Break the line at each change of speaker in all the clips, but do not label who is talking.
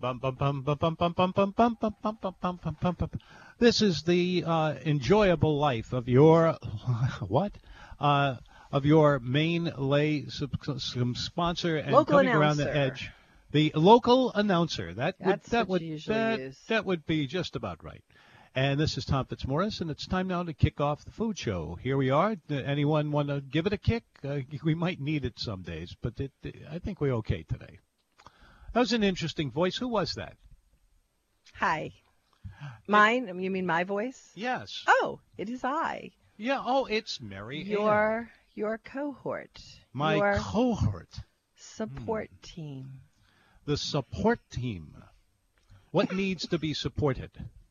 Bum, bum, bum, bum, bum, bum, bum, bum, bum, bum, bum, bum, bum, bum, bum, bum. This is the uh, enjoyable life of your what? Uh, of your main lay sub- sub- sponsor and
Local
coming around the
announcer.
edge. The local announcer. That would
That's
that
what
would
you usually
that,
use.
that would be just about right. And this is Tom Fitzmaurice, and it's time now to kick off the food show. Here we are. D- Anyone want to give it a kick? Uh, we might need it some days, but it, I think we're okay today. That was an interesting voice. Who was that?
Hi. Mine? You mean my voice?
Yes.
Oh, it is I.
Yeah. Oh, it's Mary. Ann,
Your your cohort.
my Hmm.
your
cohort,
support team.
the support team. What needs to be supported?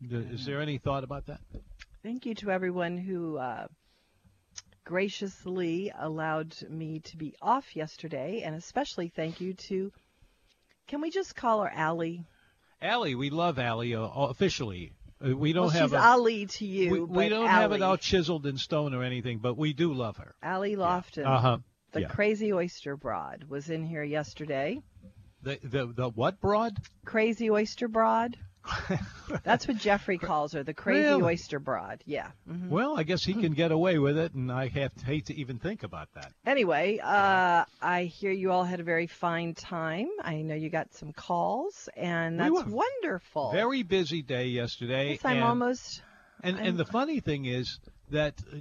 Th- Is there any thought about that?
Thank you to everyone who uh, graciously allowed me to be off yesterday, and especially thank you to. Can we just call her Allie?
Allie, we love Allie uh, officially. Uh, we don't
well,
have
she's
a,
Ali to you.
we, we
but
don't
Allie.
have it all chiseled in stone or anything, but we do love her.
Allie Lofton,
Uh huh.
the
yeah.
crazy oyster broad, was in here yesterday.
The, the the what broad?
Crazy oyster broad. That's what Jeffrey calls her, the crazy
Really?
oyster broad. Yeah. Mhm.
Well, I guess he can get away with it, and I have hate to even think about that.
Anyway, uh, I hear you all had a very fine time. I know you got some calls, and
We
that's
were
wonderful.
Very busy day yesterday.
Yes, I'm
and-
almost.
And
I'm-
and the funny thing is that uh,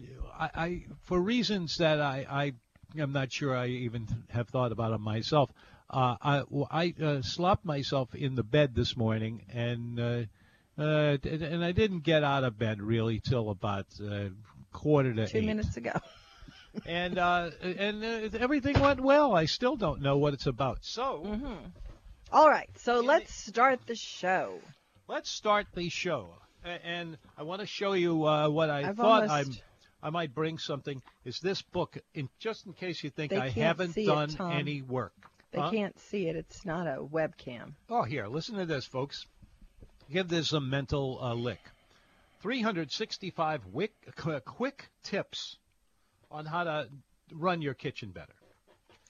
I, I for reasons that I I am not sure I even have thought about it myself. Uh, I well, I uh, slopped myself in the bed this morning and. Uh, uh, d- and I didn't get out of bed really till about uh, quarter to
Two
eight,
minutes ago.
and uh, and uh, everything went well. I still don't know what it's about. So
Mm-hmm. All right, so
the-
let's start the show.
Let's start the show, A- and I want to show you uh, what I
I've
thought
almost-
I'm, I might bring something. Is this book, in, just in case you think
They
I
can't
haven't
see it,
done
Tom.
any work?
They
Huh?
can't see it. It's not a webcam.
Oh, here, listen to this, folks. Give this a mental uh, lick. 365 wick, qu- quick tips on how to run your kitchen better.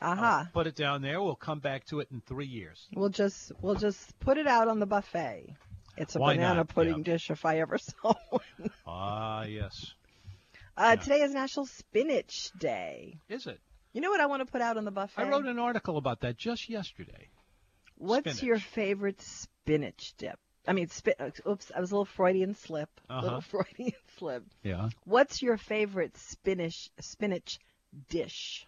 Oh.
Aha.
Put it down there. We'll come back to it in three years.
We'll just we'll just put it out on the buffet. It's a
Why
banana
not?
pudding
Yeah.
dish if I ever saw one.
Ah, yes.
Uh, Today is National Spinach Day.
Is it?
You know what I want to put out on the buffet?
I wrote an article about that just yesterday.
What's your
spinach.
favorite spinach dip? I mean, spin. Oops, I was a little Freudian slip. A
Uh-huh.
Little Freudian slip.
Yeah.
What's your favorite spinach spinach dish?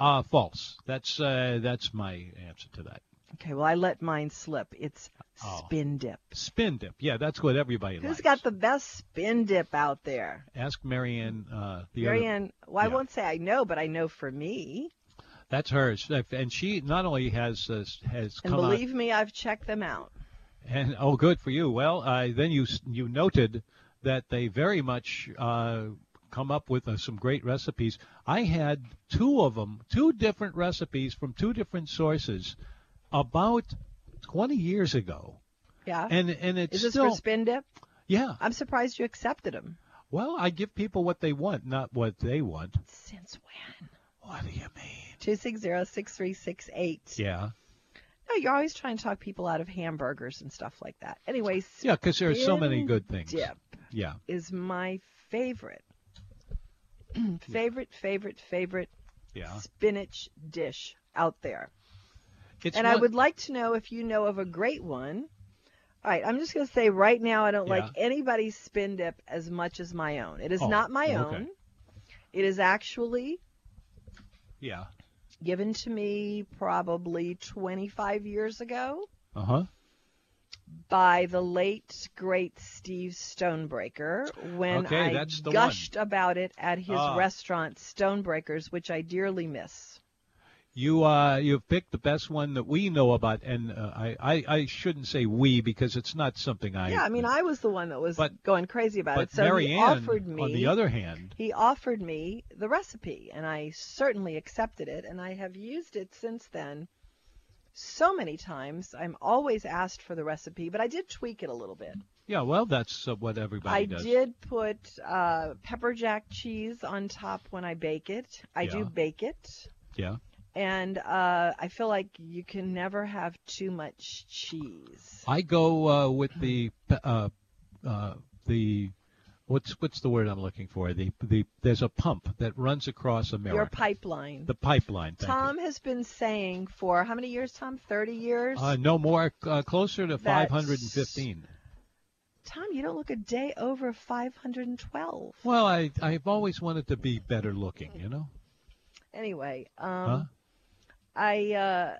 Uh, false. That's uh, that's my answer to that.
Okay, well I let mine slip. It's
Oh.
spin dip.
Spin dip. Yeah, that's what everybody
Who's
likes.
got the best spin dip out there?
Ask Marianne. Uh, the other-
Marianne, well, I
yeah.
won't say I know, but I know for me.
That's hers, Uh, and she not only has uh, has
And
come out-
believe me, I've checked them out.
and oh, good for you. Well, uh, then you s- you noted that they very much uh, come up with uh, some great recipes. I had two of them, two different recipes from two different sources, about 20 years ago,
Yeah.
and and it's
Is this
still
for spin dip?
yeah.
I'm surprised you accepted them.
Well, I give people what they want, not what they want.
Since when?
What do you mean?
260-6368.
Yeah.
No, you're always trying to talk people out of hamburgers and stuff like that. Anyway,
Yeah, because there are so many
spin
good things.
Dip
Yeah.
is my favorite. favorite, favorite, favorite
Yeah.
spinach dish out there.
It's
and I
one-
would like to know if you know of a great one. All right, I'm just going to say right now I don't like
Yeah.
anybody's spin dip as much as my own. It is
Oh,
not my
okay.
own. It is actually
Yeah.
given to me probably 25 years ago
Uh huh.
by the late great Steve Stonebreaker when
Okay,
I
that's the one.
gushed about it at his
Ah.
restaurant Stonebreakers, which I dearly miss.
You uh, you've picked the best one that we know about, and uh, I, I I shouldn't say we because it's not something I.
yeah, I mean I was the one that was
But-
going crazy about
But
it. So
Mary
he
Ann,
offered me
on the other hand,
He offered me the recipe, and I certainly accepted it, and I have used it since then so many times. I'm always asked for the recipe, but I did tweak it a little bit.
yeah, well, that's uh, what everybody
I
does.
did put uh, pepper jack cheese on top when I bake it. I do
Yeah.
bake it,
Yeah.
and uh, I feel like you can never have too much cheese.
I go uh, with the pe- uh, uh, the what's what's the word I'm looking for? The the there's a pump that runs across America.
Your pipeline.
the pipeline. Thank
Tom has been saying for how many years, Tom? 30 years?
You. Uh, no more. Uh, closer to
That's-
515.
Tom, you don't look a day over 512.
Well, I I've always wanted to be better looking. You know.
Anyway,
Huh?
um, I uh,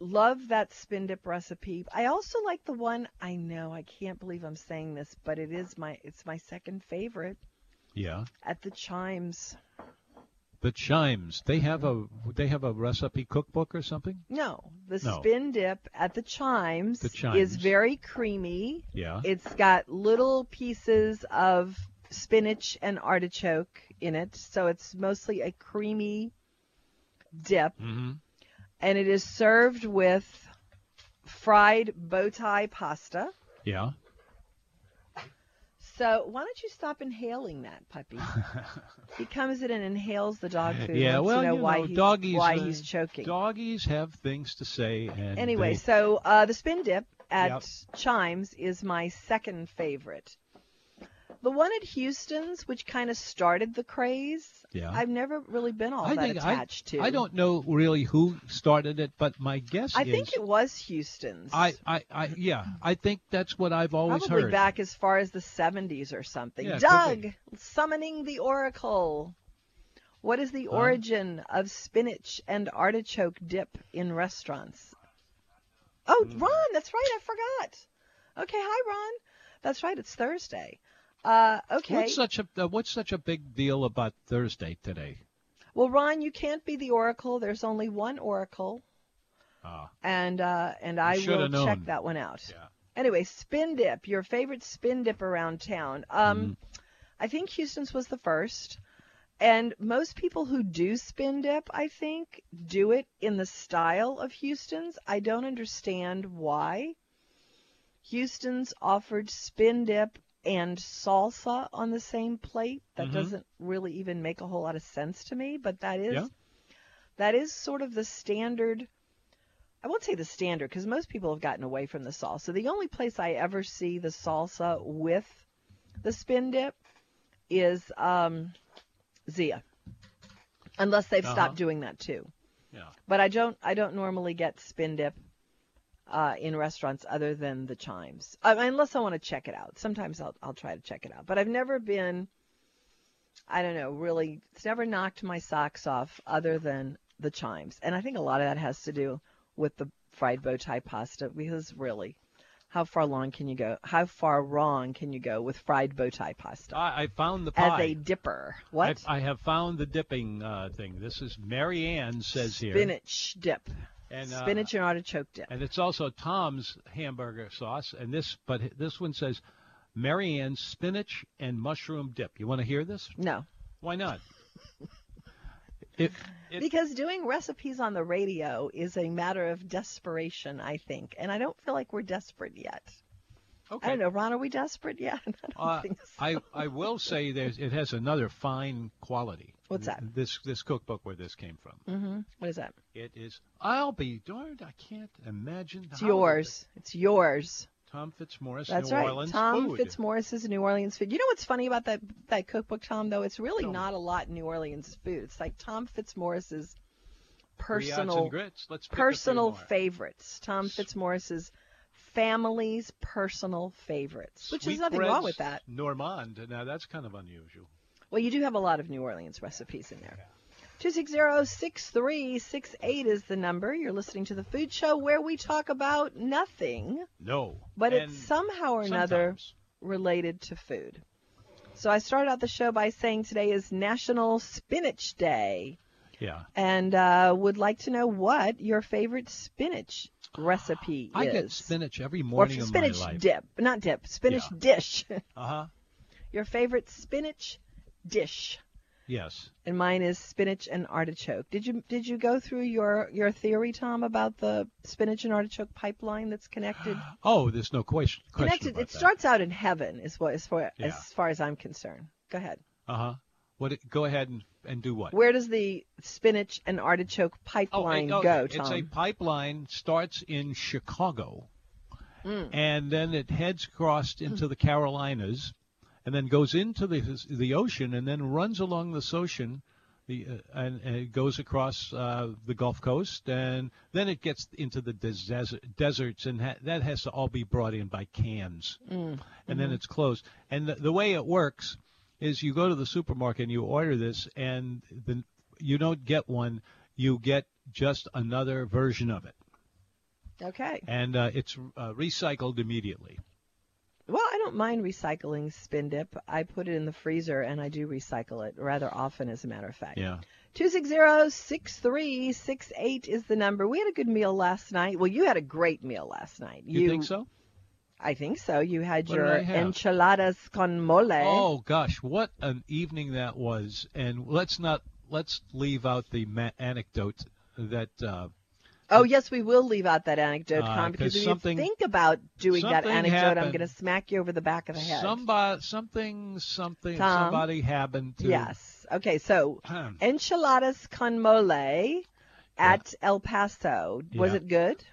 love that spin dip recipe. I also like the one. I know I can't believe I'm saying this, but it is my it's my second favorite
Yeah.
at the Chimes.
The chimes. They have a they have a recipe cookbook or something.
No, the
No.
spin dip at the Chimes,
The
is
Chimes.
very creamy.
Yeah.
It's got little pieces of spinach and artichoke in it, so it's mostly a creamy dip.
mm-hmm.
and it is served with fried bow tie pasta.
Yeah.
So why don't you stop inhaling that puppy? he comes in and inhales the dog food.
yeah.
wants
Well,
to know
you
why
know,
he's
doggies.
why
uh,
he's choking.
Doggies have things to say. And
anyway,
they-
so uh, the spin dip at
Yep.
Chimes is my second favorite. The one at Houston's, which kind of started the craze,
Yeah.
I've never really been all
I
that
think I-
attached to.
I don't know really who started it, but my guess
I
is
think it was Houston's.
I, I, I, yeah, I think that's what I've always
Probably
heard.
back as far as the 70s or something.
Yeah, could
Doug,
be.
summoning the oracle. What is the origin of spinach and artichoke dip in restaurants? Oh,
Hmm.
Ron, that's right. I forgot. Okay, hi, Ron. That's right. It's Thursday. Uh, okay.
What's such a uh, what's such a big deal about Thursday today?
well, Ron, you can't be the oracle. There's only one oracle.
Ah,
and uh, and I
shoulda
will check
known.
that one out.
Yeah.
Anyway, spin dip, your favorite spin dip around town. Um,
Mm-hmm.
I think Houston's was the first, and most people who do spin dip, I think, do it in the style of Houston's. I don't understand why. Houston's offered spin dip and salsa on the same plate. That
Mhm.
doesn't really even make a whole lot of sense to me, but that is
Yeah.
that is sort of the standard. I won't say the standard because most people have gotten away from the salsa. The only place I ever see the salsa with the spin dip is um, Zia, unless they've
Uh-huh.
stopped doing that too.
Yeah.
But I don't. I don't normally get spin dip uh, in restaurants other than the Chimes, I unless I want to check it out. Sometimes I'll I'll try to check it out. But I've never been. I don't know. Really, it's never knocked my socks off other than the Chimes, and I think a lot of that has to do with the fried bow tie pasta because really. How far long can you go? How far wrong can you go with fried bow tie pasta
I, I found the
as
pie.
a dipper? What?
I, I have found the dipping uh, thing. This is Mary Ann says here.
Spinach dip.
And, uh,
Spinach and artichoke dip.
And it's also Tom's hamburger sauce. And this, but this one says Mary Ann's spinach and mushroom dip. You want to hear this?
No.
Why not? It, it,
because doing recipes on the radio is a matter of desperation, I think. And I don't feel like we're desperate yet.
okay.
I don't know, Ron, are we desperate yet? I don't
Uh,
think so.
I I will say there's it has another fine quality.
What's that?
This this cookbook where this came from.
Mm-hmm. What is that?
It is. I'll be darned. I can't imagine.
It's
how it-
yours. It's yours.
Tom Fitzmaurice.
That's
New
right.
Orleans
Tom
food.
Fitzmaurice's New Orleans food. You know what's funny about that that cookbook, Tom? Though it's really not a lot New Orleans food. It's like Tom Fitzmaurice's
Griots and
personal
grits. Let's pick a few
personal
more.
favorites. Tom Fitzmaurice's family's personal favorites, which is nothing
Sweetbreads,
wrong with that.
Normand. Now that's kind of unusual.
Well, you do have a lot of New Orleans recipes in there. 260-6368 is the number. You're listening to the Food Show, where we talk about nothing,
No.
but
And
it's somehow or another
sometimes.
related to food. So I started out the show by saying today is National Spinach Day,
Yeah.
and uh, would like to know what your favorite spinach recipe
I
is.
get spinach every
or
morning
spinach
of my life.
dip, not dip, spinach
Yeah.
dish.
Uh huh.
your favorite spinach dish.
Yes.
and mine is spinach and artichoke. Did you did you go through your your theory, Tom, about the spinach and artichoke pipeline that's connected?
Oh, there's no question. question
connected.
About
It starts out in heaven, is what is for
Yeah.
as far as I'm concerned. Go ahead.
Uh huh. What? it- Go ahead and, and do what?
Where does the spinach and artichoke
Oh, it-
pipeline
okay.
go,
It's a
Tom?
pipeline starts in Chicago,
Mm.
and then it heads
Hmm.
crossed into the Carolinas, and then goes into the the ocean, and then runs along this ocean, the uh, and, and it goes across uh, the Gulf Coast, and then it gets into the desert, deserts, and ha- that has to all be brought in by cans, and then
Mm-hmm.
it's closed. And the, the way it works is you go to the supermarket and you order this, and then you don't get one. You get just another version of it,
okay.
and uh, it's uh, recycled immediately.
Well, I don't mind recycling spin dip. I put it in the freezer and I do recycle it rather often, as a matter of fact.
Yeah.
260-6368 is the number. We had a good meal last night. Well, you had a great meal last night.
You, think so?
I think so. You had
What did
your
I have?
enchiladas con mole.
Oh gosh, what an evening that was! And let's not let's leave out the ma- anecdote that uh,
Oh, yes, we will leave out that anecdote,
Uh,
Tom, because
'cause
if
something-
you think about doing that
something
anecdote, I'm
happened.
going to smack you over the back of the head.
somebody something something
Tom?
somebody happened to
Yes. Okay, so
Ahem.
enchiladas con mole at El Paso. Was
Yeah.
it good?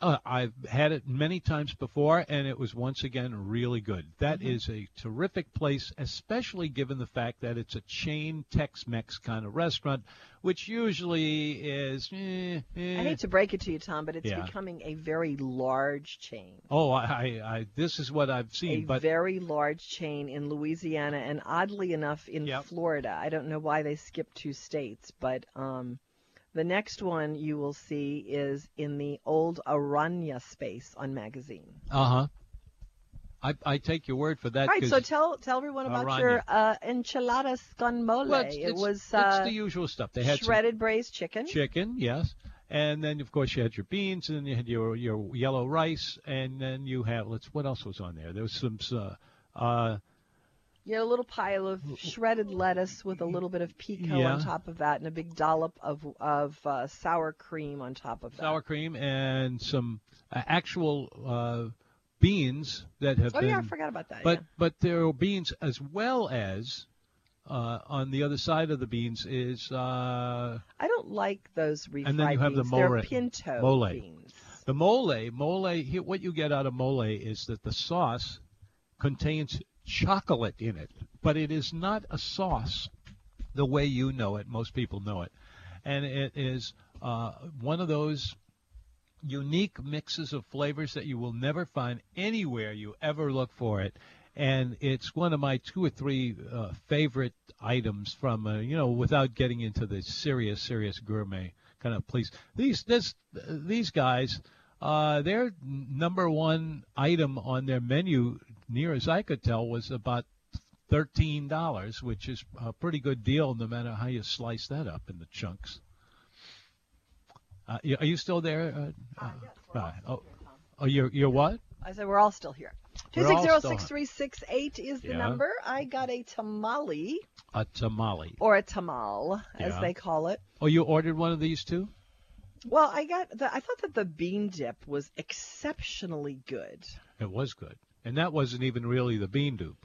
Uh, I've had it many times before, and it was once again really good. That
Mm-hmm.
is a terrific place, especially given the fact that it's a chain Tex-Mex kind of restaurant, which usually is. eh, eh.
I hate to break it to you, Tom, but it's
Yeah.
becoming a very large chain.
oh, I, I, I, this is what I've
A
seen, but
very large chain in Louisiana and oddly enough in
Yep.
Florida. I don't know why they skipped two states, but um, the next one you will see is in the old Aranya space on magazine.
uh huh. I, I take your word for that.
All right,
'cause-
so tell tell everyone about your
Aranya.
uh, enchiladas con mole.
well, it's,
it
it's-
was
it's
uh,
the usual stuff. They had some
shredded braised chicken.
chicken, yes. And then of course you had your beans, and then you had your your yellow rice, and then you had let's what else was on there? There was some uh, uh,
You had a little pile of shredded lettuce with a little bit of pico
Yeah.
on top of that, and a big dollop of of uh, sour cream on top of that.
sour cream and some uh, actual uh, beans that have
oh
been.
yeah, I forgot about that.
But
yeah.
but there are beans as well as uh, on the other side of the beans is uh,
I don't like those refried
And then you have the
beans.
mole.
They're pinto
Mole.
beans.
the mole. Mole. Here, what you get out of mole is that the sauce contains chocolate in it, but it is not a sauce the way you know it. Most people know it, and it is uh, one of those unique mixes of flavors that you will never find anywhere you ever look for it. And it's one of my two or three uh, favorite items from, uh, you know, without getting into the serious, serious gourmet kind of place. These, this, these guys, uh, their number one item on their menu, near as I could tell, was about thirteen dollars, which is a pretty good deal, no matter how you slice that up into chunks. Uh, y- are you still there? Uh, uh, right. Oh, oh, you're you're what?
I said we're all still here. Two
We're all
six
still
zero
here.
six three six eight is the
Yeah.
number. I got a tamale
A tamale.
or a tamal, as
Yeah.
they call it.
Oh, you ordered one of these too?
Well, I got the, I thought that the bean dip was exceptionally good.
It was good, and that wasn't even really the bean dupe.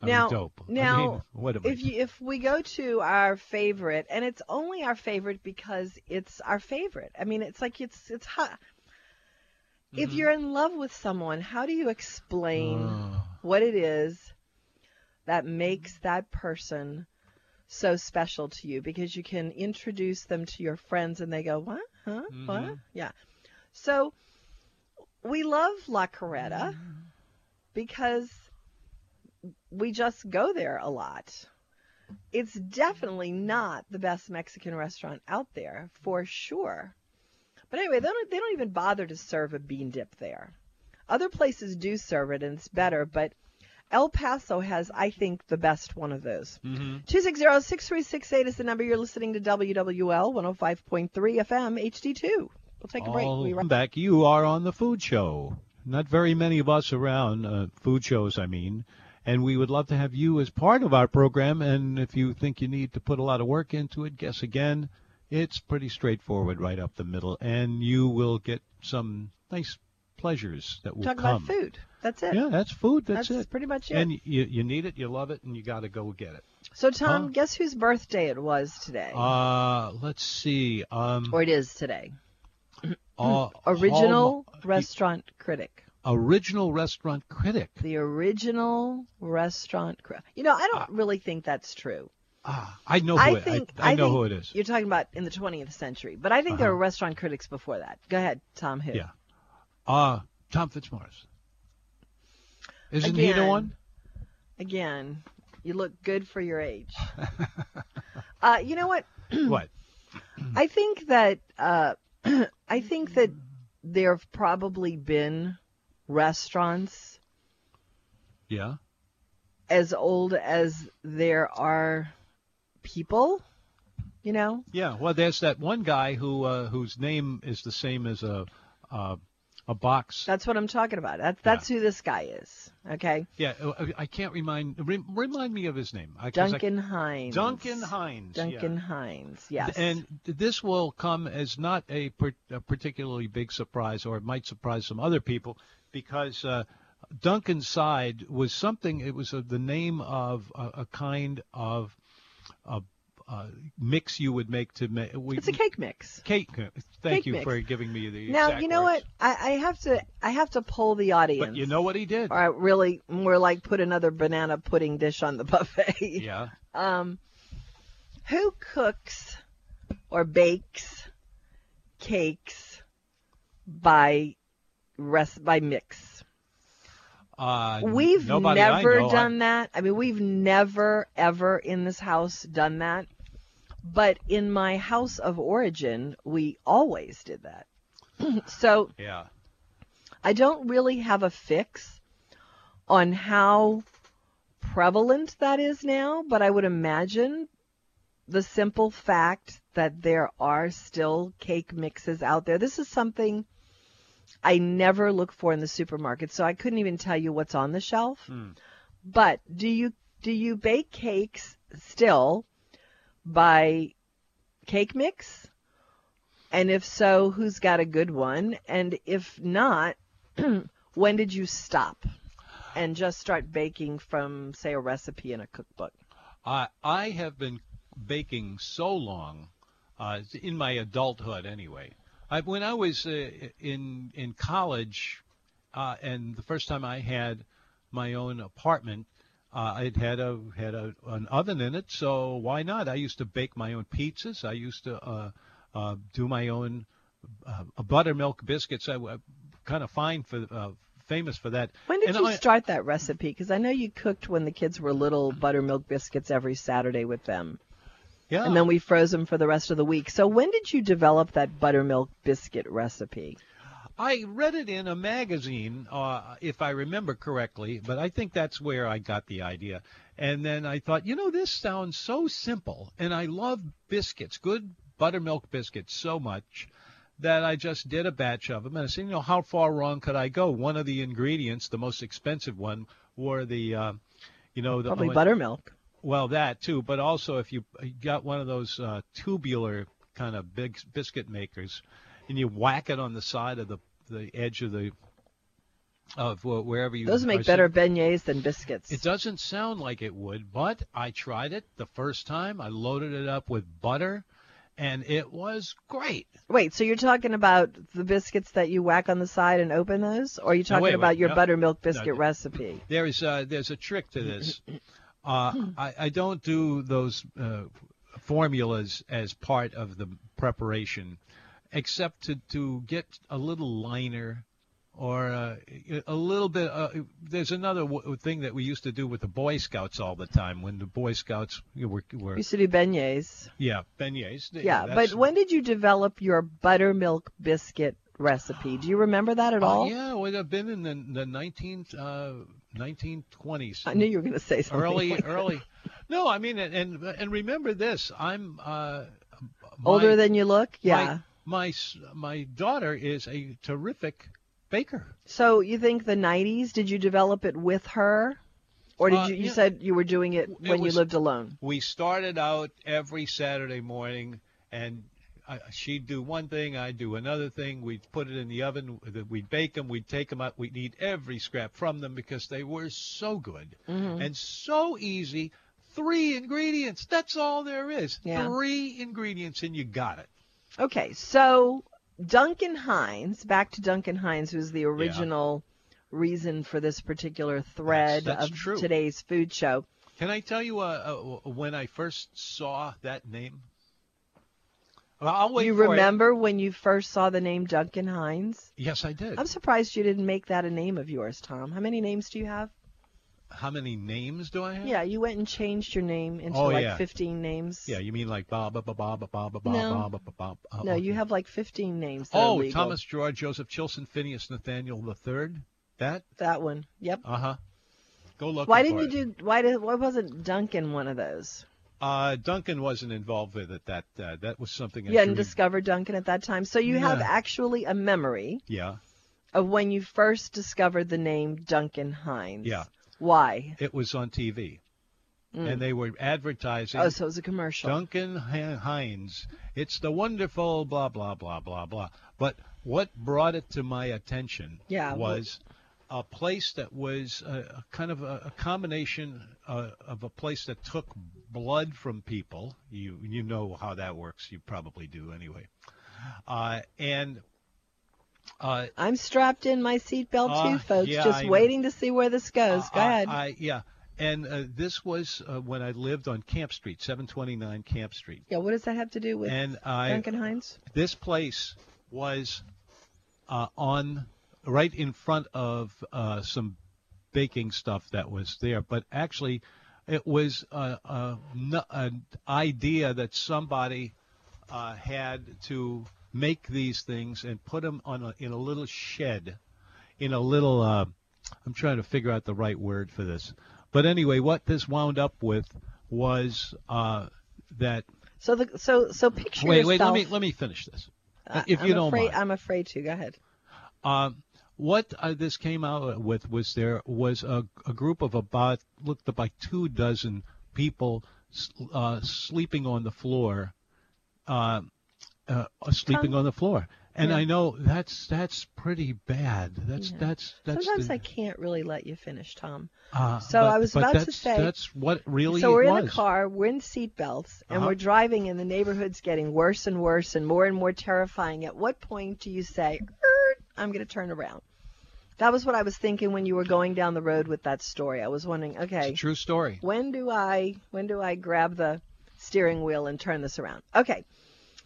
I mean,
Now-
dope. I
now,
mean, what am I-
If you, if we go to our favorite, and it's only our favorite because it's our favorite. I mean, it's like it's it's hot. If
Mm-hmm.
you're in love with someone, how do you explain what it is that makes that person so special to you? Because you can introduce them to your friends, and they go, "What? Huh?
Mm-hmm.
What? Yeah." So we love La Coretta
Mm-hmm.
because we just go there a lot. It's definitely not the best Mexican restaurant out there for sure. But anyway, they don't, they don't even bother to serve a bean dip there. Other places do serve it and it's better, but El Paso has, I think, the best one of those.
Mm-hmm.
260 6368 is the number you're listening to WWL 105.3 FM HD2. We'll take a break.
All
We'll be right
back. You are on the food show. Not very many of us around, uh, food shows, I mean. And we would love to have you as part of our program. And if you think you need to put a lot of work into it, guess again. It's pretty straightforward right up the middle. And you will get some nice pleasures that will
Talk
come.
about food. That's it.
Yeah, that's food. That's,
That's
it.
pretty much it.
And you, you need it, you love it, and you got to go get it.
So, Tom,
Huh?
guess whose birthday it was today?
Uh, let's see. Um,
or it is today.
uh,
hmm, Original
Hallmark-
restaurant critic.
original restaurant critic.
The original restaurant critic. You know, I don't really think that's true.
Ah, I know who
I
it,
think
I, I, know
think
who it is. Uh-huh.
You're talking about in the 20th century, but I think there were restaurant critics before that. Go ahead, Tom. Who?
Yeah. Uh, Tom Fitzmaurice. Isn't he the
Again.
one?
Again, you look good for your age. uh, you know what?
what? Hmm.
I think that uh, I think that there have probably been restaurants
Yeah.
as old as there are people, you know?
Yeah. Well, there's that one guy who uh, whose name is the same as a uh, a box.
That's what I'm talking about. That's that's who this guy is. Okay?
yeah. uh, I can't remind rem- remind me of his name. I, 'cause I-
Duncan Hines.
Duncan Hines. yeah.
Duncan Hines. Yes.
And this will come as not a, per, a particularly big surprise, or it might surprise some other people, because uh, Duncan's side was something. It was uh the name of a, a kind of a, a mix you would make to make.
it's a cake mix.
Cake. uh, Thank
Cake
you
mix.
for giving me the.
Now,
exact
you know
words.
what? I, I have to I have to pull the audience.
But you know what he did.
All right, really more like put another banana pudding dish on the buffet.
Yeah.
Um who cooks or bakes cakes by rest by mix?
Uh, n-
We've
nobody I
never
know, I-
done that. I mean, we've never, ever in this house done that. But in my house of origin, we always did that. so
yeah.
I don't really have a fix on how prevalent that is now, but I would imagine the simple fact that there are still cake mixes out there. This is something I never look for in the supermarket, so I couldn't even tell you what's on the shelf. But do you do you bake cakes still by cake mix? And if so, who's got a good one? And if not, when did you stop and just start baking from, say, a recipe in a cookbook?
I I have been baking so long, uh, in my adulthood anyway. I, when I was uh, in in college, uh, and the first time I had my own apartment, uh, I'd had a had a, an oven in it, so why not? I used to bake my own pizzas. I used to uh, uh, do my own uh, buttermilk biscuits. I, I kind of fine for uh, famous for that.
When did
And
you
I-
start that recipe? Because I know you cooked when the kids were little buttermilk biscuits every Saturday with them.
Yeah.
And then we froze them for the rest of the week. So when did you develop that buttermilk biscuit recipe?
I read it in a magazine, uh, if I remember correctly, but I think that's where I got the idea. And then I thought, you know, this sounds so simple, and I love biscuits, good buttermilk biscuits, so much that I just did a batch of them. And I said, you know, how far wrong could I go? One of the ingredients, the most expensive one, were the, uh, you know, the
Probably
oh,
buttermilk.
well, that too, but also if you you got one of those uh, tubular kind of big biscuit makers, and you whack it on the side of the the edge of the of wh- wherever you.
Those
are
make
sit-
better beignets than biscuits.
It doesn't sound like it would, but I tried it the first time. I loaded it up with butter, and it was great.
Wait, so you're talking about the biscuits that you whack on the side and open those, or are
No,
you talking
wait, wait,
about your
no,
buttermilk biscuit
no.
recipe?
There's a, there's a trick to this. Uh, I, I don't do those uh, formulas as part of the preparation, except to, to get a little liner or uh, a little bit. Uh, there's another w- thing that we used to do with the Boy Scouts all the time when the Boy Scouts were,
You
were
used to do beignets.
yeah, beignets.
Yeah,
that's-
but when did you develop your buttermilk biscuit recipe? Do you remember that at all?
Uh, yeah, it would have been in the the 19, uh, 1920s.
I knew you were going to say something.
early,
like that.
early. No, I mean, and and- and remember this. I'm uh, my-
Older than you look?
my-
Yeah.
My, s my daughter is a terrific baker.
So you think the 90s, did you develop it with her? Or did
Uh,
you, you
yeah.
said you were doing it when
was-
you lived alone?
We started out every Saturday morning, and I, she'd do one thing, I'd do another thing. We'd put it in the oven, we'd bake them, we'd take them out, we'd eat every scrap from them because they were so good
Mm-hmm.
and so easy. Three ingredients. That's all there is.
Yeah.
Three ingredients, and you got it.
Okay, so Duncan Hines, back to Duncan Hines, who's the original reason for this particular thread
that's
of
true.
today's food show.
Can I tell you uh, uh, when I first saw that name? Well, I'll wait
you
for it.
remember when you first saw the name Duncan Hines?
Yes, I did.
I'm surprised you didn't make that a name of yours, Tom. How many names do you have?
How many names do I have?
Yeah, you went and changed your name into
Oh,
like
yeah.
15 names.
Yeah, you mean like ba ba ba ba ba ba ba ba
No.
ba ba ba ba. oh,
no, you
okay.
have like 15 names. That are
Oh,
legal.
Thomas George, Joseph Chilson, Phineas Nathaniel the Third. That?
That one. Yep.
Uh huh. Go look.
Why didn't you do? Why did? Why wasn't Duncan one of those?
Uh, Duncan wasn't involved with it. That uh, that was something. I
You hadn't
dreamed-
discovered Duncan at that time, so you have
No.
actually a memory
Yeah.
of when you first discovered the name Duncan Hines.
Yeah.
Why?
It was on TV, and they were advertising.
Mm. Oh, so it was a commercial.
Duncan H- Hines. It's the wonderful blah blah blah blah blah. But what brought it to my attention
Yeah, wh-
was a place that was a, a kind of a, a combination uh, of a place that took blood from people. You you know how that works. You probably do anyway. Uh, and uh,
I'm strapped in my seatbelt too,
Uh,
folks,
yeah,
just
I- Uh,
waiting to see where this goes. Go
I-
ahead.
I, yeah. And uh, this was uh, when I lived on Camp Street, 729 Camp Street.
yeah, what does that have to do with
And I
Duncan Hines?
this place was uh, on right in front of uh, some baking stuff that was there, but actually, it was uh, uh, n- an idea that somebody uh, had to make these things and put them on a, in a little shed, in a little. Uh, I'm trying to figure out the right word for this, but anyway, what this wound up with was uh, that
So the so so picture
wait,
yourself.
wait. Let me let me finish this, uh, if
I'm
you don't
afraid,
mind.
I'm afraid to. Go ahead.
Um, what uh, this came out with was there was a, a group of about looked about two dozen people s- uh, sleeping on the floor, uh, uh, sleeping on the floor. And I know that's that's pretty bad. That's that's that's.
Sometimes
the-
I can't really let you finish, Tom.
uh,
so
but-
I was
but
about to
that's-
say-
That's what really.
So
it
we're in
was.
the car, we're in seatbelts, and
Uh-huh.
we're driving, and the neighborhood's getting worse and worse and more and more terrifying. At what point do you say, "Er, I'm going to turn around? That was what I was thinking when you were going down the road with that story. I was wondering,
It's a
okay,
true story.
when do I when do I grab the steering wheel and turn this around? Okay,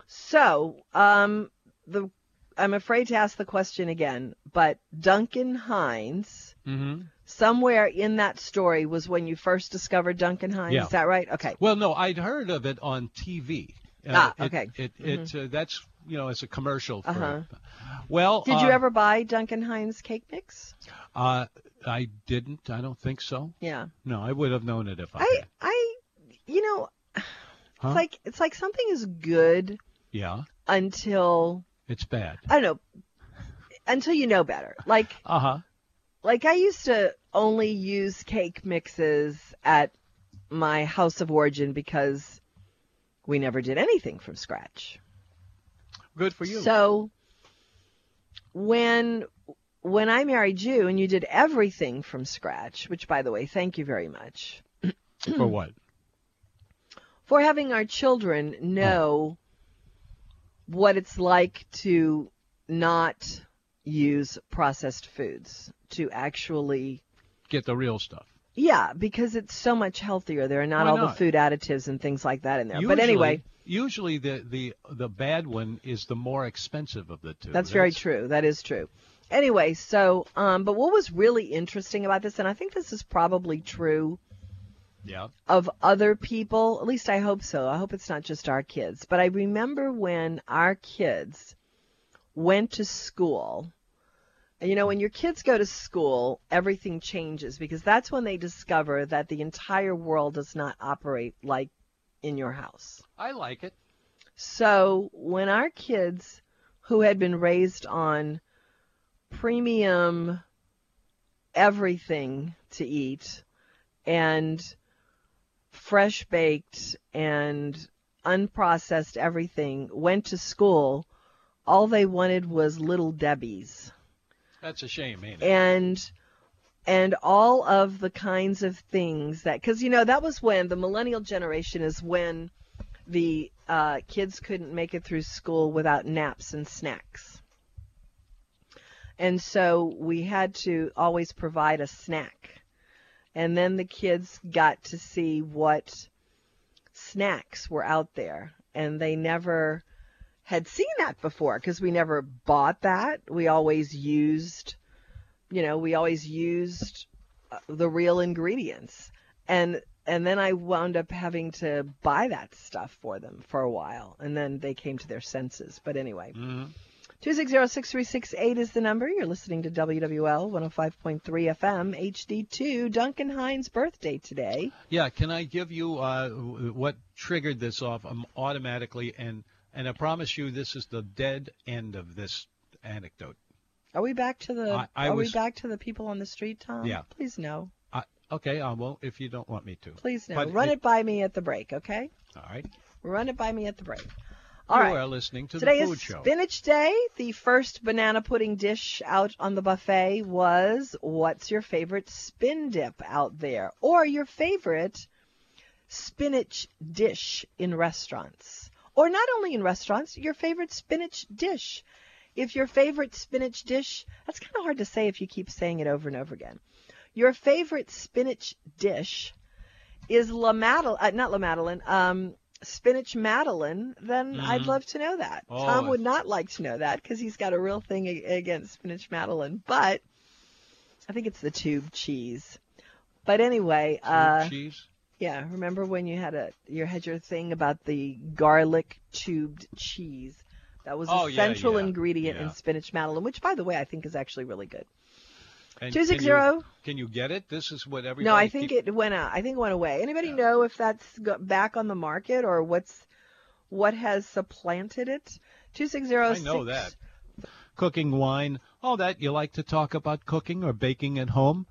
so um, the I'm afraid to ask the question again, but Duncan Hines
Mm-hmm.
somewhere in that story was when you first discovered Duncan Hines.
Yeah.
Is that right? Okay.
Well, no, I'd heard of it on TV.
Ah,
it-
okay.
It, it, uh, that's you know it's a commercial. For,
Uh-huh.
Well,
Did
uh,
you ever buy Duncan Hines cake mix?
Uh, I didn't. I don't think so.
Yeah.
No, I would have known it if I.
I
had.
I you know,
Huh?
it's like it's like something is good
yeah,
until
it's bad.
I don't know until you know better. Like
Uh huh.
like I used to only use cake mixes at my house of origin because we never did anything from scratch.
Good for you.
So when when I married you and you did everything from scratch, which by the way, thank you very much
For what?
for having our children know what it's like to not use processed foods, to actually
Get the real stuff.
yeah, because it's so much healthier. There are not
Why
all the
not?
food additives and things like that in there.
usually,
but anyway,
usually the, the the bad one is the more expensive of the two.
That's very true. That is true. Anyway, so um, but what was really interesting about this, and I think this is probably true
Yeah.
of other people. At least I hope so. I hope it's not just our kids. But I remember when our kids went to school. and You know, when your kids go to school, everything changes because that's when they discover that the entire world does not operate like in your house.
I like it.
So when our kids, who had been raised on premium everything to eat and fresh baked and unprocessed everything, went to school, all they wanted was little Debbie's
That's a shame, ain't it?
and and all of the kinds of things that because you know that was when the millennial generation is when the uh, kids couldn't make it through school without naps and snacks and so we had to always provide a snack and then the kids got to see what snacks were out there and they never had seen that before because we never bought that we always used you know we always used uh, the real ingredients and and then i wound up having to buy that stuff for them for a while and then they came to their senses but anyway
Mhm.
260-6368 is the number you're listening to wwl 105.3 fm hd2 duncan hines birthday today
Yeah. Can I give you uh, w- what triggered this off um, automatically? And and I promise you, this is the dead end of this anecdote.
are we back to the
I- I
are
was-
we back to the people on the street tom
Yeah.
please no
I, okay, I won't if you don't want me to.
please no
But
run it, by me at the break okay
All right.
run it by me at the break All
you
right.
are listening to
Today
the
is
food show.
Spinach Day. The first banana pudding dish out on the buffet was what's your favorite spin dip out there or your favorite spinach dish in restaurants? Or not only in restaurants, your favorite spinach dish. If your favorite spinach dish, that's kind of hard to say if you keep saying it over and over again. Your favorite spinach dish is La Madeline, uh, not La Madeline, um, spinach Madeline, then I'd love to know that.
Oh,
Tom
I-
would not like to know that because he's got a real thing a- against spinach Madeline, but I think it's the tube cheese. But anyway, uh,
cheese.
yeah, remember when you had a you had your thing about the garlic tubed cheese? That was
Oh,
a
yeah,
central
yeah,
ingredient
yeah.
in spinach Madeline, which by the way I think is actually really good.
And
260.
Can you, can you get it? This is what everybody.
No, I think
keep-
it went out. I think it went away. Anybody know if that's go- back on the market or what's what has supplanted it? Two six zero.
I know that. Cooking wine, all that. You like to talk about cooking or baking at home?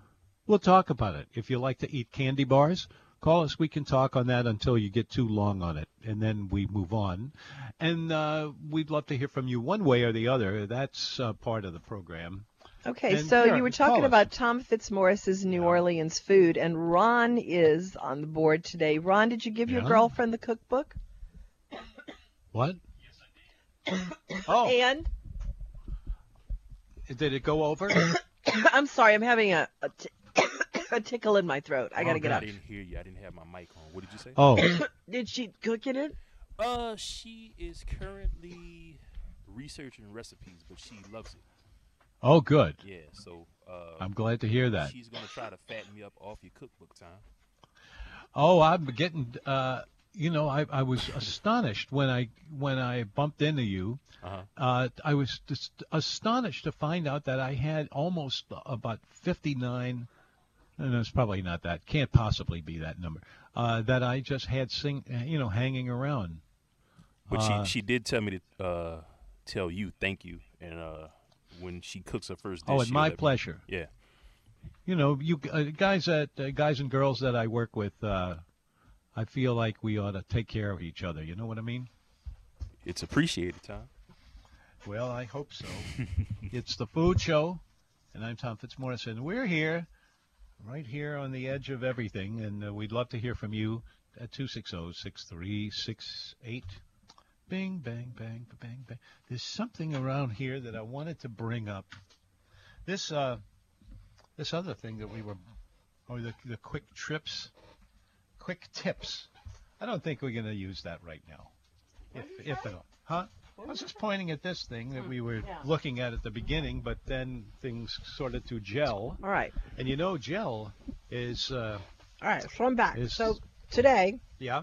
We'll talk about it. If you like to eat candy bars, call us. We can talk on that until you get too long on it, and then we move on. And uh, we'd love to hear from you one way or the other. That's uh, part of the program.
Okay,
And
so
here,
you were
call
talking
us.
about Tom Fitzmaurice's New Orleans food, and Ron is on the board today. Ron, did you give your
Yeah.
girlfriend the cookbook?
What? Oh,
And
did it go over?
I'm sorry, I'm having a a, t- a tickle in my throat. I gotta get
I
up.
didn't hear you. I didn't have my mic on. What did you say?
Oh,
Did she cook it? In?
Uh, she is currently researching recipes, but she loves it.
oh, good.
Yeah, so uh,
I'm glad to hear that.
she's gonna try to fatten me up off your cookbook time.
Oh, I'm getting. Uh, you know, I, I was astonished when I when I bumped into you.
Uh-huh.
Uh, I was just astonished to find out that I had almost about 59. And it's probably not that. Can't possibly be that number. Uh, that I just had sing, you know, hanging around.
But
Uh,
she she did tell me to uh tell you thank you, and uh when she cooks her first dish.
Oh, and
she'll
my
let me-
pleasure.
Yeah.
You know, you uh, guys that uh, guys and girls that I work with, uh, I feel like we ought to take care of each other. You know what I mean?
It's appreciated, Tom.
Well, I hope so. it's the food show, and I'm Tom Fitzmaurice, and we're here, right here on the edge of everything, and uh, we'd love to hear from you at oh, 260-6368. Bing, bang, bang, bang, bang. There's something around here that I wanted to bring up. This, uh, this other thing that we were, or the, the quick trips, quick tips. I don't think we're going to use that right now, if, if at all. Huh? I was just pointing at this thing that we were looking at at the beginning, but then things started to gel.
All right.
And you know, gel is, uh,
All right. So I'm back.
Is-
So today
yeah,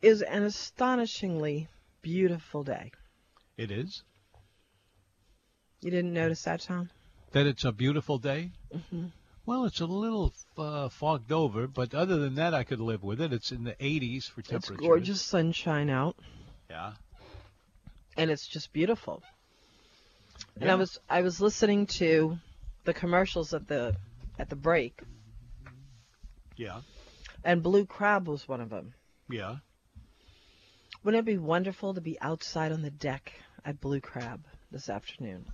is an astonishingly beautiful day.
it is.
You didn't notice that, Tom?
That it's a beautiful day? Mm-hmm. Well, it's a little uh, fogged over, but other than that, I could live with it. It's in the 80s for
It's
temperature.
gorgeous sunshine out,
Yeah.
and it's just beautiful. And
Yeah.
I was I was listening to the commercials at the at the break,
Yeah.
and Blue Crab was one of them.
Yeah.
Wouldn't it be wonderful to be outside on the deck at Blue Crab this afternoon?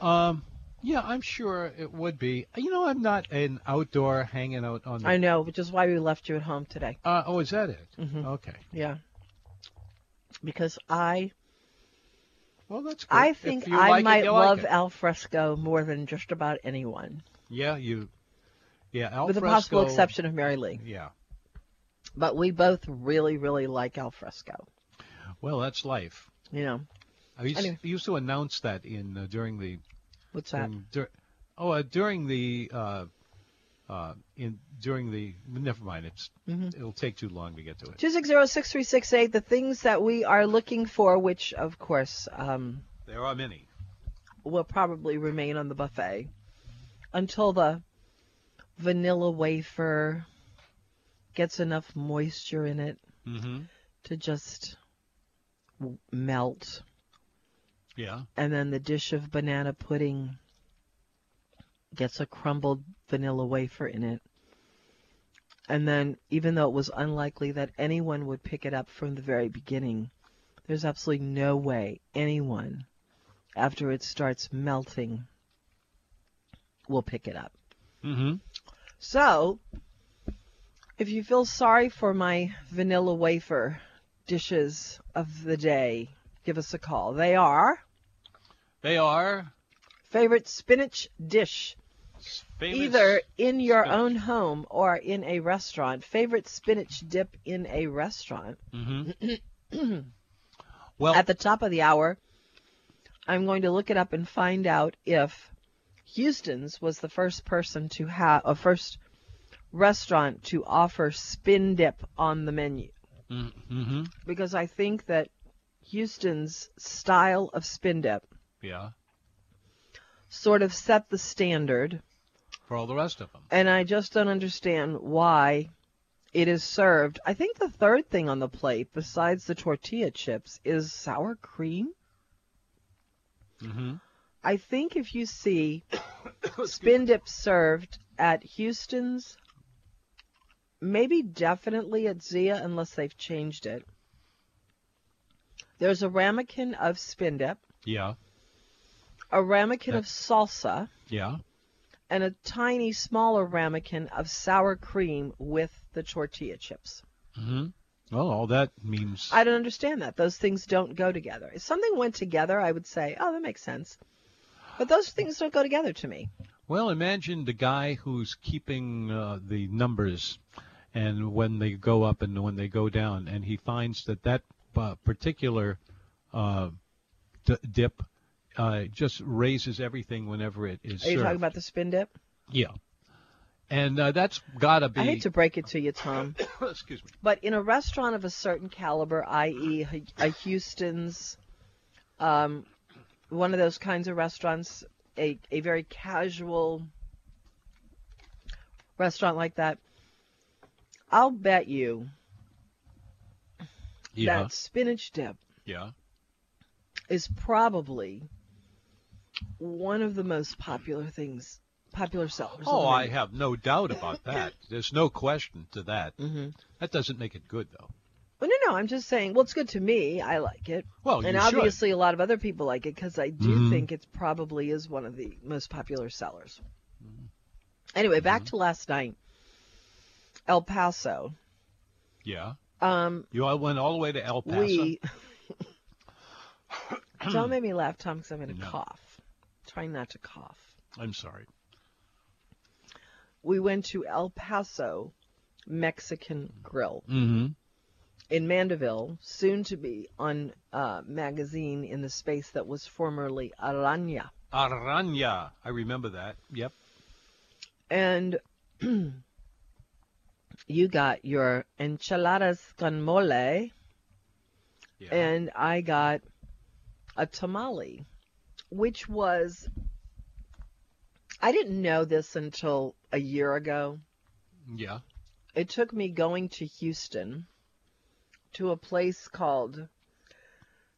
Um, yeah, I'm sure it would be. You know, I'm not an outdoor hanging out on the.
I know, which is why we left you at home today.
uh, oh, is that it?
Mm-hmm.
Okay.
Yeah. Because I
Well, that's good.
I
If
think
you
I
like it,
might
you like
love
it.
al fresco more than just about anyone,
Yeah, you. Yeah, al
with the possible
fresco-
exception of Mary Lee.
Yeah.
But we both really, really like al fresco.
Well, that's life.
You know,
I used,
Anyway.
I used to announce that in uh, during the
what's that?
during, dur- oh, uh, during the uh, uh, in during the never mind. It's
Mm-hmm.
it'll take too long to get to it.
Two six zero six three six eight. The things that we are looking for, which of course um,
There are many.
will probably remain on the buffet until the vanilla wafer gets enough moisture in it
Mm-hmm.
to just w- melt,
Yeah.
and then the dish of banana pudding gets a crumbled vanilla wafer in it. And then, even though it was unlikely that anyone would pick it up from the very beginning, there's absolutely no way anyone, after it starts melting, will pick it up.
Mm-hmm.
So, if you feel sorry for my vanilla wafer dishes of the day, give us a call. They are
They are
favorite spinach dish,
famous.
either in your
spinach.
own home or in a restaurant. Favorite spinach dip in a restaurant.
Mm-hmm. well,
At the top of the hour, I'm going to look it up and find out if Houston's was the first person to have a first restaurant to offer spin dip on the menu.
hmm
because I think that Houston's style of spin dip
yeah,
sort of set the standard,
for all the rest of them.
and I just don't understand why it is served. I think the third thing on the plate, besides the tortilla chips, is sour cream.
Mm-hmm.
I think if you see spin dip served at Houston's, maybe definitely at Zia, unless they've changed it, there's a ramekin of spin dip.
Yeah,
a ramekin of salsa
yeah,
and a tiny smaller ramekin of sour cream with the tortilla chips.
hmm Well, all that means.
I don't understand that. Those things don't go together. If something went together, I would say, "Oh, that makes sense." But those things don't go together to me.
Well, imagine the guy who's keeping uh, the numbers, and when they go up and when they go down, and he finds that that uh, particular uh, d- dip uh, just raises everything whenever it is
Are you
served.
talking about the spin dip?
yeah, and uh, that's gotta be.
I hate to break it to you, Tom,
excuse me.
but in a restaurant of a certain caliber, i.e., a Houston's, um, one of those kinds of restaurants, a, a very casual restaurant like that, I'll bet you
Yeah,
that spinach dip
yeah.
is probably one of the most popular things, popular sellers.
Oh, I
on the menu.
Mm-hmm. have no doubt about that. There's no question to that. That doesn't make it good, though.
Well, no, no. I'm just saying. Well, it's good to me. I like it.
Well,
and
you should. Mm-hmm.
obviously a lot of other people like it because I do think it's probably is one of the most popular sellers.
Mm-hmm.
Anyway, back to last night. El Paso.
Yeah.
Um,
You all went all the way to El Paso.
we. Don't make me laugh, Tom, because I'm going to cough. Trying not to cough.
I'm sorry.
We went to El Paso Mexican Grill.
Mm-hmm.
in Mandeville, soon to be on uh, magazine in the space that was formerly Aranya.
Aranya. I remember that. Yep.
And you got your enchiladas con mole,
Yeah.
and I got a tamale, which was, I didn't know this until a year ago.
yeah.
It took me going to Houston to a place called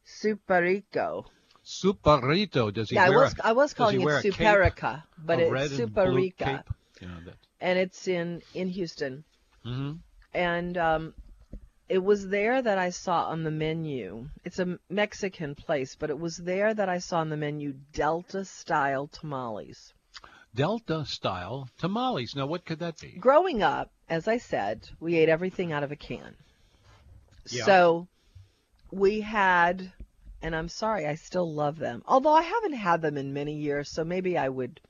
Superico.
Superito. Does he
Yeah, I
wear
was
a-
I was
does he
calling it
wear a cape?
Superica, but
A
it's
red and blue
Superica,
cape? You know that.
and it's in in Houston.
hmm
And um, it was there that I saw on the menu. It's a Mexican place, but it was there that I saw on the menu Delta style tamales.
Delta style tamales. Now, what could that be?
Growing up, as I said, we ate everything out of a can.
Yeah.
So we had, and I'm sorry, I still love them. Although I haven't had them in many years, so maybe I would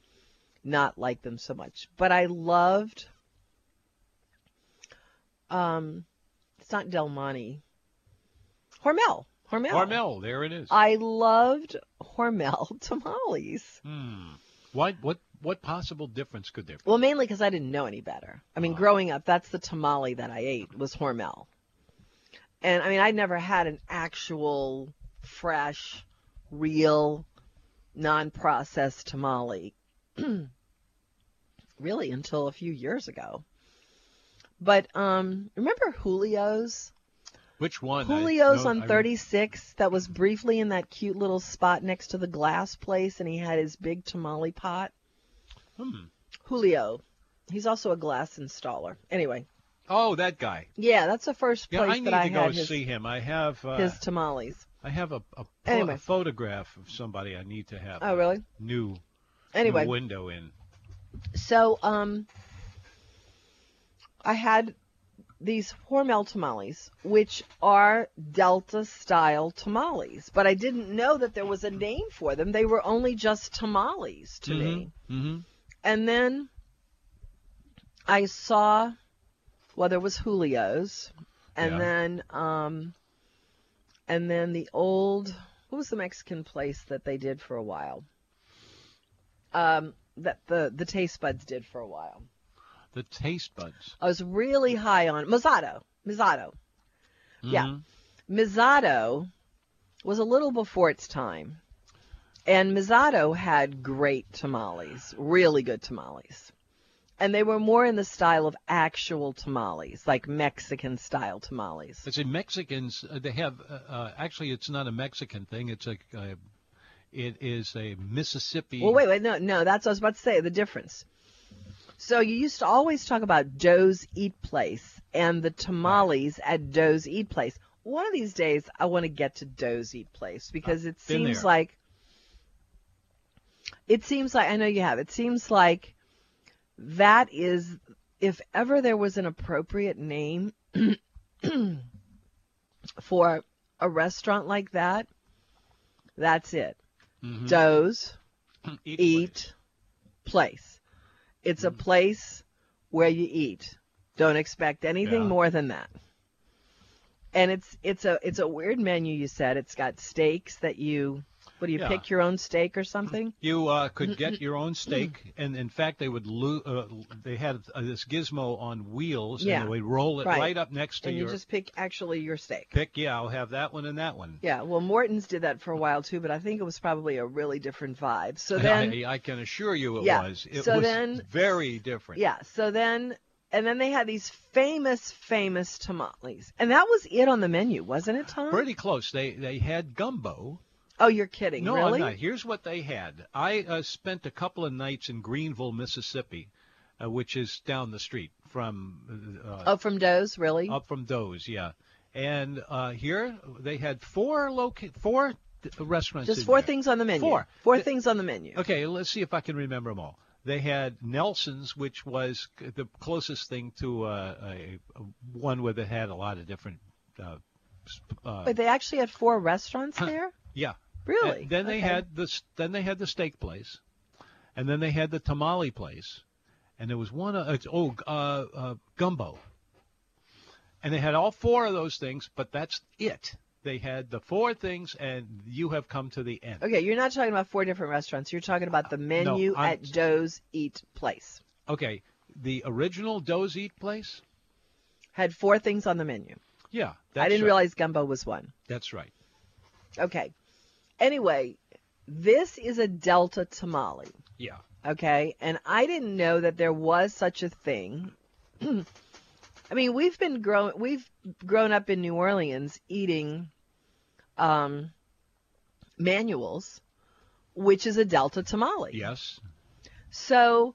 not like them so much. But I loved, um, it's not Del Monte, Hormel. Hormel.
Hormel. There it is.
I loved Hormel tamales.
Hmm. Why? What? What possible difference could there? be?
Well, mainly because I didn't know any better. I mean, growing up, that's the tamale that I ate was Hormel, and I mean, I never had an actual fresh, real, non-processed tamale, really, until a few years ago. But um, remember Julio's?
Which one? I-
Julio's
no,
on
I-
36 that was briefly in that cute little spot next to the glass place, and he had his big tamale pot.
Hmm.
Julio. He's also a glass installer. Anyway,
Oh, that guy.
yeah, that's the first
Yeah,
place
I need
that I
to go
had his,
see him. I have. Uh,
his tamales.
I have a, a, po-
Anyway.
a photograph of somebody I need to have.
Oh,
a
really?
New
Anyway,
new window in.
so um, I had these Hormel tamales, which are Delta style tamales, but I didn't know that there was a name for them. They were only just tamales to me.
Mm-hmm.
And then I saw, well, there was Julio's, and
Yeah.
then um, and then the old what was the Mexican place that they did for a while? Um, that the the taste buds did for a while.
The taste buds.
I was really high on Mizzato. Mizzato. Yeah. Mizzato was a little before its time. And Mizzato had great tamales, really good tamales. And they were more in the style of actual tamales, like Mexican style tamales.
It's a Mexicans. Uh, they have. Uh, uh, actually, it's not a Mexican thing. It's a. Uh, it is a Mississippi.
Well, wait, wait, no, no, that's what I was about to say, the difference. So you used to always talk about Joe's Eat Place and the tamales at Joe's Eat Place. One of these days, I want to get to Joe's Eat Place because it
been
seems
there.
like it seems like I know you have. It seems like that is, if ever there was an appropriate name for a restaurant like that, that's it.
Mm-hmm.
Doe's
Eat.
eat place. It's
Mm.
a place where you eat. Don't expect anything
Yeah.
more than that. And it's it's a it's a weird menu you said. It's got steaks that you what do you
Yeah.
pick your own steak or something?
You uh, could get your own steak, and in fact, they would lo- uh, they had uh, this gizmo on wheels,
Yeah,
and they would roll it
right.
right, up next to
and
your
you just pick actually your steak.
pick. Yeah, I'll have that one and that one.
Yeah, well Morton's did that for a while too, but I think it was probably a really different vibe. So then
I, I can assure you it
Yeah,
was. It
so
was
then-
very different.
Yeah. So then, and then they had these famous, famous tamales, and that was it on the menu, wasn't it, Tom?
pretty close. They they had gumbo.
Oh, you're kidding,
No,
really?
I'm not. Here's what they had. I uh, spent a couple of nights in Greenville, Mississippi, uh, which is down the street from uh,
Oh, from Doe's, really?
up from Doe's, yeah. And uh, here they had four loca- four th- restaurants.
Just
in
four
there.
things on the menu.
Four.
Four
Th-
things on the menu.
Okay, let's see if I can remember them all. They had Nelson's, which was c- the closest thing to uh, a, a one where they had a lot of different. Uh, sp- uh,
But they actually had four restaurants there.
yeah.
Really?
And then they
Okay.
had the s- then they had the steak place, and then they had the tamale place, and there was one uh, it's- oh uh, uh, gumbo. And they had all four of those things, but that's it. They had the four things, and you have come to the end.
Okay, you're not talking about four different restaurants. You're talking about the menu
Uh, I'm-
at Doe's Eat Place.
Okay, the original Doe's Eat place.
Had four things on the menu.
Yeah,
I
that's
didn't
right.
realize gumbo was one.
That's right.
Okay. Anyway, this is a Delta tamale.
Yeah.
Okay. And I didn't know that there was such a thing. I mean, we've been grown we've grown up in New Orleans eating um, manuals, which is a Delta tamale.
Yes.
So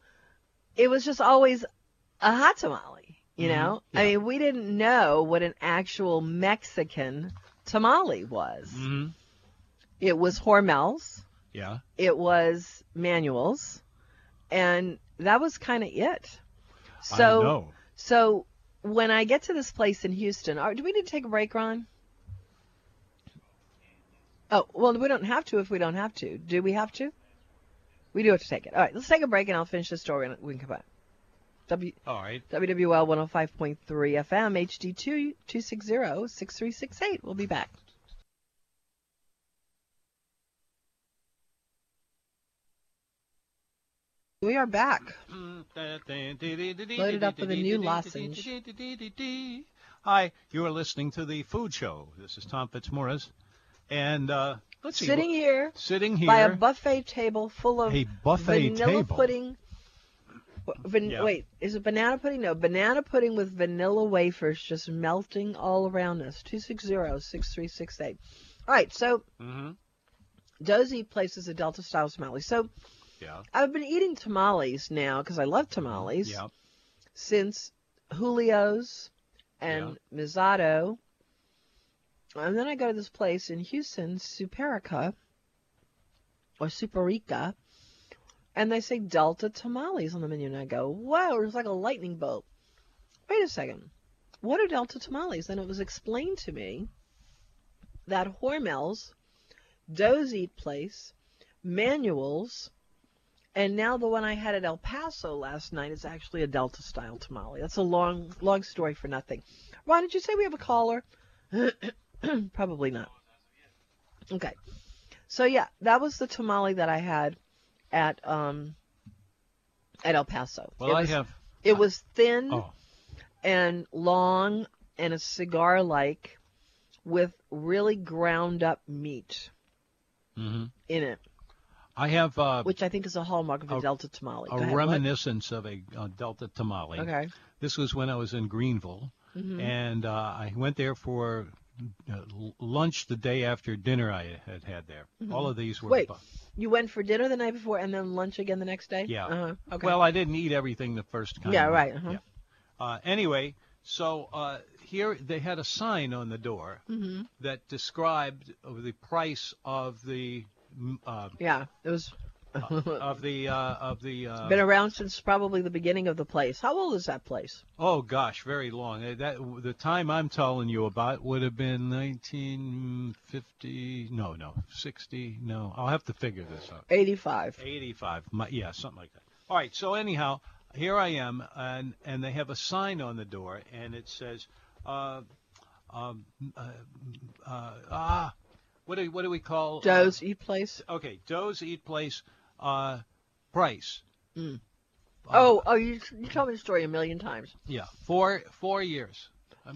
it was just always a hot tamale, you know? I mean, we didn't know what an actual Mexican tamale was.
hmm
It was Hormel's,
Yeah.
it was Manuel's, and that was kind of it. So
I know.
so when I get to this place in Houston, are, do we need to take a break, Ron? Oh, well, we don't have to if we don't have to. Do we have to? We do have to take it. All right, let's take a break and I'll finish the story and we can come back. W- oh
All right.
WWL 105.3 FM, HD 2 260 6368. We'll be back. We are back.
Loaded
up with a new lozenge.
Hi, you are listening to the Food Show. This is Tom Fitzmaurice, and uh, let's see.
Sitting here.
Sitting here.
by a buffet table full of
A buffet
vanilla
table.
pudding. w- Van,
Yeah.
Wait, is it banana pudding? No, banana pudding with vanilla wafers just melting all around us. 260-6368. All right, so
Mhm.
Dozy places a Delta style tamale. So
Yeah.
I've been eating tamales now because I love tamales
Yeah.
since Julio's and Mizzato. And then I go to this place in Houston, Superica or Superica, and they say Delta tamales on the menu. And I go, whoa, it's like a lightning bolt. Wait a second. What are Delta tamales? Then it was explained to me that Hormel's, Doe's Eat Place, Manuel's, and now the one I had at El Paso last night is actually a Delta style tamale. That's a long, long story for nothing. Ron, did you say we have a caller? Probably not. Okay. So yeah, that was the tamale that I had at um at El Paso.
Well,
it
I
was,
have.
It was thin
Oh,
and long and a cigar like with really ground up meat
mhm.
in it,
I have uh,
which I think is a hallmark of a,
A-
Delta tamale.
a
Go ahead, what?
reminiscence of a, uh Delta tamale.
Okay. Mm-hmm.
This was when I was in Greenville, and uh, I went there for uh, l- lunch the day after dinner I had had there. All of these were.
Mm-hmm. Wait,
bu-
you went for dinner the night before and then lunch again the next day?
Yeah.
Uh-huh. Okay.
Well, I didn't eat everything the first time.
Yeah, right, uh-huh.
Yeah. Uh, anyway, so uh, here they had a sign on the door
Mm-hmm.
that described the price of the mm, uh,
yeah, it was
of the uh, of the. Uh,
been around since probably the beginning of the place. How old is that place?
oh gosh, very long. Uh, That the time I'm telling you about would have been 1950. No, no, 60. No, I'll have to figure this out.
85.
85. My, yeah, something like that. All right. So anyhow, here I am, and and they have a sign on the door, and it says, uh, um, uh, uh, ah, what do what do we call?
Joe's Eat Place.
Okay, Doe's Eat Place, uh, price. Um,
Oh, oh, you, you told me the story a million times.
Yeah, four four years.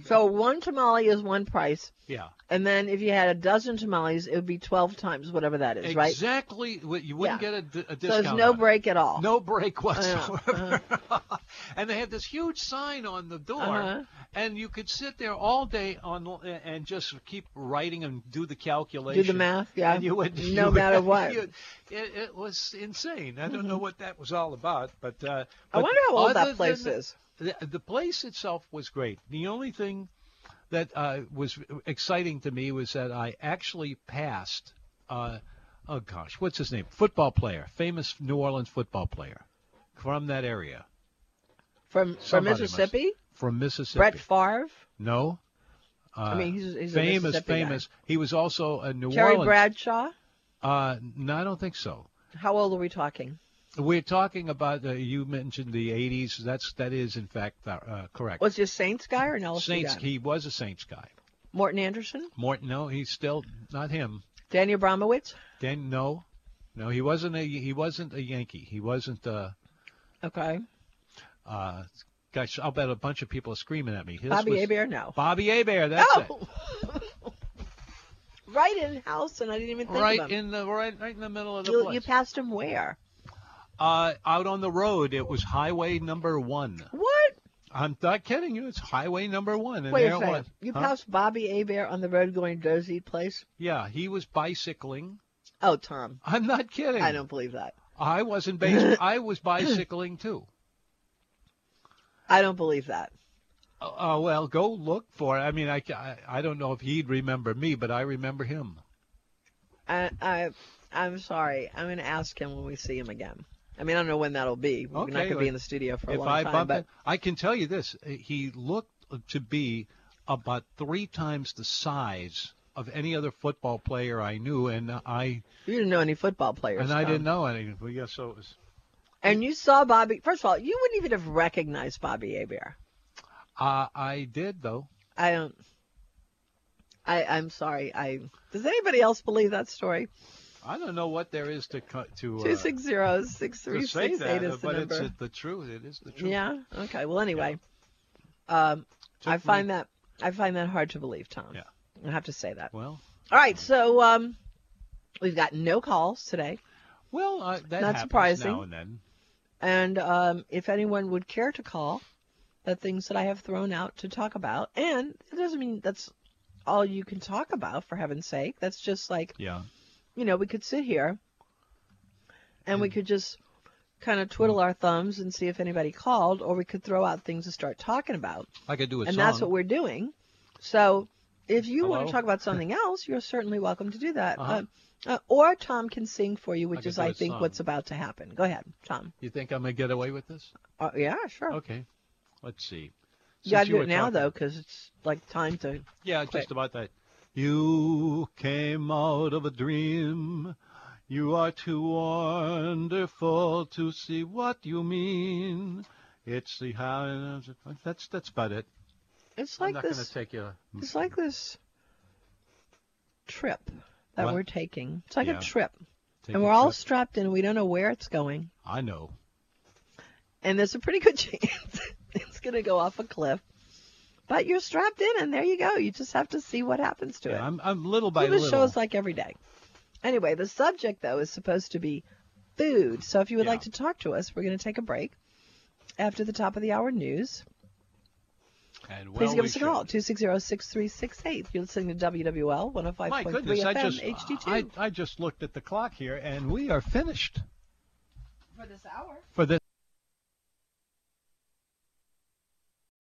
So one tamale is one price,
Yeah.
and then if you had a dozen tamales, it would be 12 times whatever that is, right?
Exactly. what- You wouldn't
Yeah.
get a d- a,
So
discount.
there's no
on it.
break at all.
No break
Uh-huh.
whatsoever. and they had this huge sign on the door,
Uh-huh.
and you could sit there all day on and just keep writing and do the calculation.
Do the math, yeah.
And you would,
no
you would-
matter what. Mm-hmm.
you- it, it was insane. I don't know what that was all about, but, uh,
I
but
wonder how old
other
that place
than-
is.
The, the place itself was great. The only thing that uh, was exciting to me was that I actually passed. Uh, oh gosh, what's his name? Football player, famous New Orleans football player from that area,
From from
Somebody must-
Mississippi?
from Mississippi.
Brett Favre?
No. Uh,
I mean, he's- he's a
famous,
Mississippi guy.
famous. He was also a New
Terry
Orleans.
Bradshaw?
Uh, no, I don't think so.
How old are we talking?
We're talking about uh, you mentioned the '80s. That's that is in fact uh, uh, correct.
Was he a Saints guy or an LSU
Saints?
guy?
He was a Saints guy.
Morton Anderson?
Morton? No, he's still not him.
Daniel Bromowitz?
Dan? No, no, he wasn't a he wasn't a Yankee. He wasn't. Uh,
Okay.
uh, gosh, I'll bet a bunch of people are screaming at me. This
Bobby
was-
Abear? No.
Bobby Abear. That's it.
oh! right in house, and I didn't even think
Right
about him.
in the right, right in the middle of the
You,
place.
you passed him where?
uh, out on the road, it was Highway Number One.
What?
I'm not kidding you. It's Highway Number One, and
Wait
there
a
it
second.
was.
You
Huh?
passed Bobby Abear on the road going to Dozy Place?
Yeah, he was bicycling.
Oh, Tom.
I'm not kidding.
I don't believe that.
I wasn't bas- I was bicycling too.
I don't believe that.
Uh, uh, well, go look for it. I mean, I, ca- I, I don't know if he'd remember me, but I remember him.
I, I, I'm sorry. I'm going to ask him when we see him again. I mean, I don't know when that'll be. We're
Okay,
not going to
well,
be in the studio for a
if
long
I
time.
bump
but
it, I can tell you this: uh, he looked to be about three times the size of any other football player I knew, and I
you didn't know any football players.
and I
Tom.
didn't know any. Well, yeah, so it was.
And you saw Bobby. First of all, you wouldn't even have recognized Bobby Abear.
Uh, I did though.
I don't. I, I'm sorry. I does anybody else believe that story?
I don't know what there is to co- to. Uh,
Two six zero six
to
three
say
six
that,
eight is the
but it's
number.
it's the truth. It is the truth.
Yeah. Okay. Well, anyway, um,
Took
I
me-
find that I find that hard to believe, Tom.
Yeah.
I have to say that.
Well,
All right. So um, we've got no calls today.
well, uh, that
Not
happens
surprising.
now and then.
And um, if anyone would care to call, the things that I have thrown out to talk about, and it doesn't mean that's all you can talk about, for heaven's sake. That's just like,
Yeah.
you know, we could sit here and
Hmm.
we could just kind of twiddle our thumbs and see if anybody called, or we could throw out things to start talking about.
I could do a
and
song.
that's what we're doing. So if you want
Hello? Uh-huh.
to talk about something else, you're certainly welcome to do that. Uh, uh, or Tom can sing for you, which
can
is,
do
I
a
think,
song.
what's about to happen. Go ahead, Tom.
You think I'm gonna get away with this?
Uh, yeah, sure.
Okay. Let's see.
You
Oh,
gotta
Since
do
were
it now
talking-
though, 'cause it's like time to.
Yeah, just about that. You came out of a dream. You are too wonderful to see what you mean. It's the how. That's that's about it.
It's
I'm
like
not
this.
gonna take you.
It's like this trip that
What?
we're taking. It's like
Yeah.
a trip,
take
and
a
we're all
trip.
strapped in, and we don't know where it's going.
I know.
And there's a pretty good chance it's gonna go off a cliff. But you're strapped in, and there you go. You just have to see what happens to it.
Yeah, I'm I'm little by
do this
little.
show is like every day. Anyway, the subject though is supposed to be food. So if you would
Yeah.
like to talk to us, we're going to take a break after the top of the hour news.
and well,
Please give
we
us a
should.
call, 260-6368. You're listening to WWL 105.3
My goodness,
FM
I just
HD2.
I, I just looked at the clock here, and we are finished
For this hour.
for this.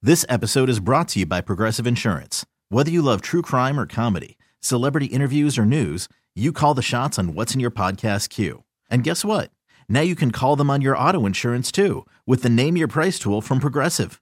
This episode is brought to you by Progressive Insurance. Whether you love true crime or comedy, celebrity interviews or news, you call the shots on what's in your podcast queue. And guess what? Now you can call them on your auto insurance too with the Name Your Price tool from Progressive.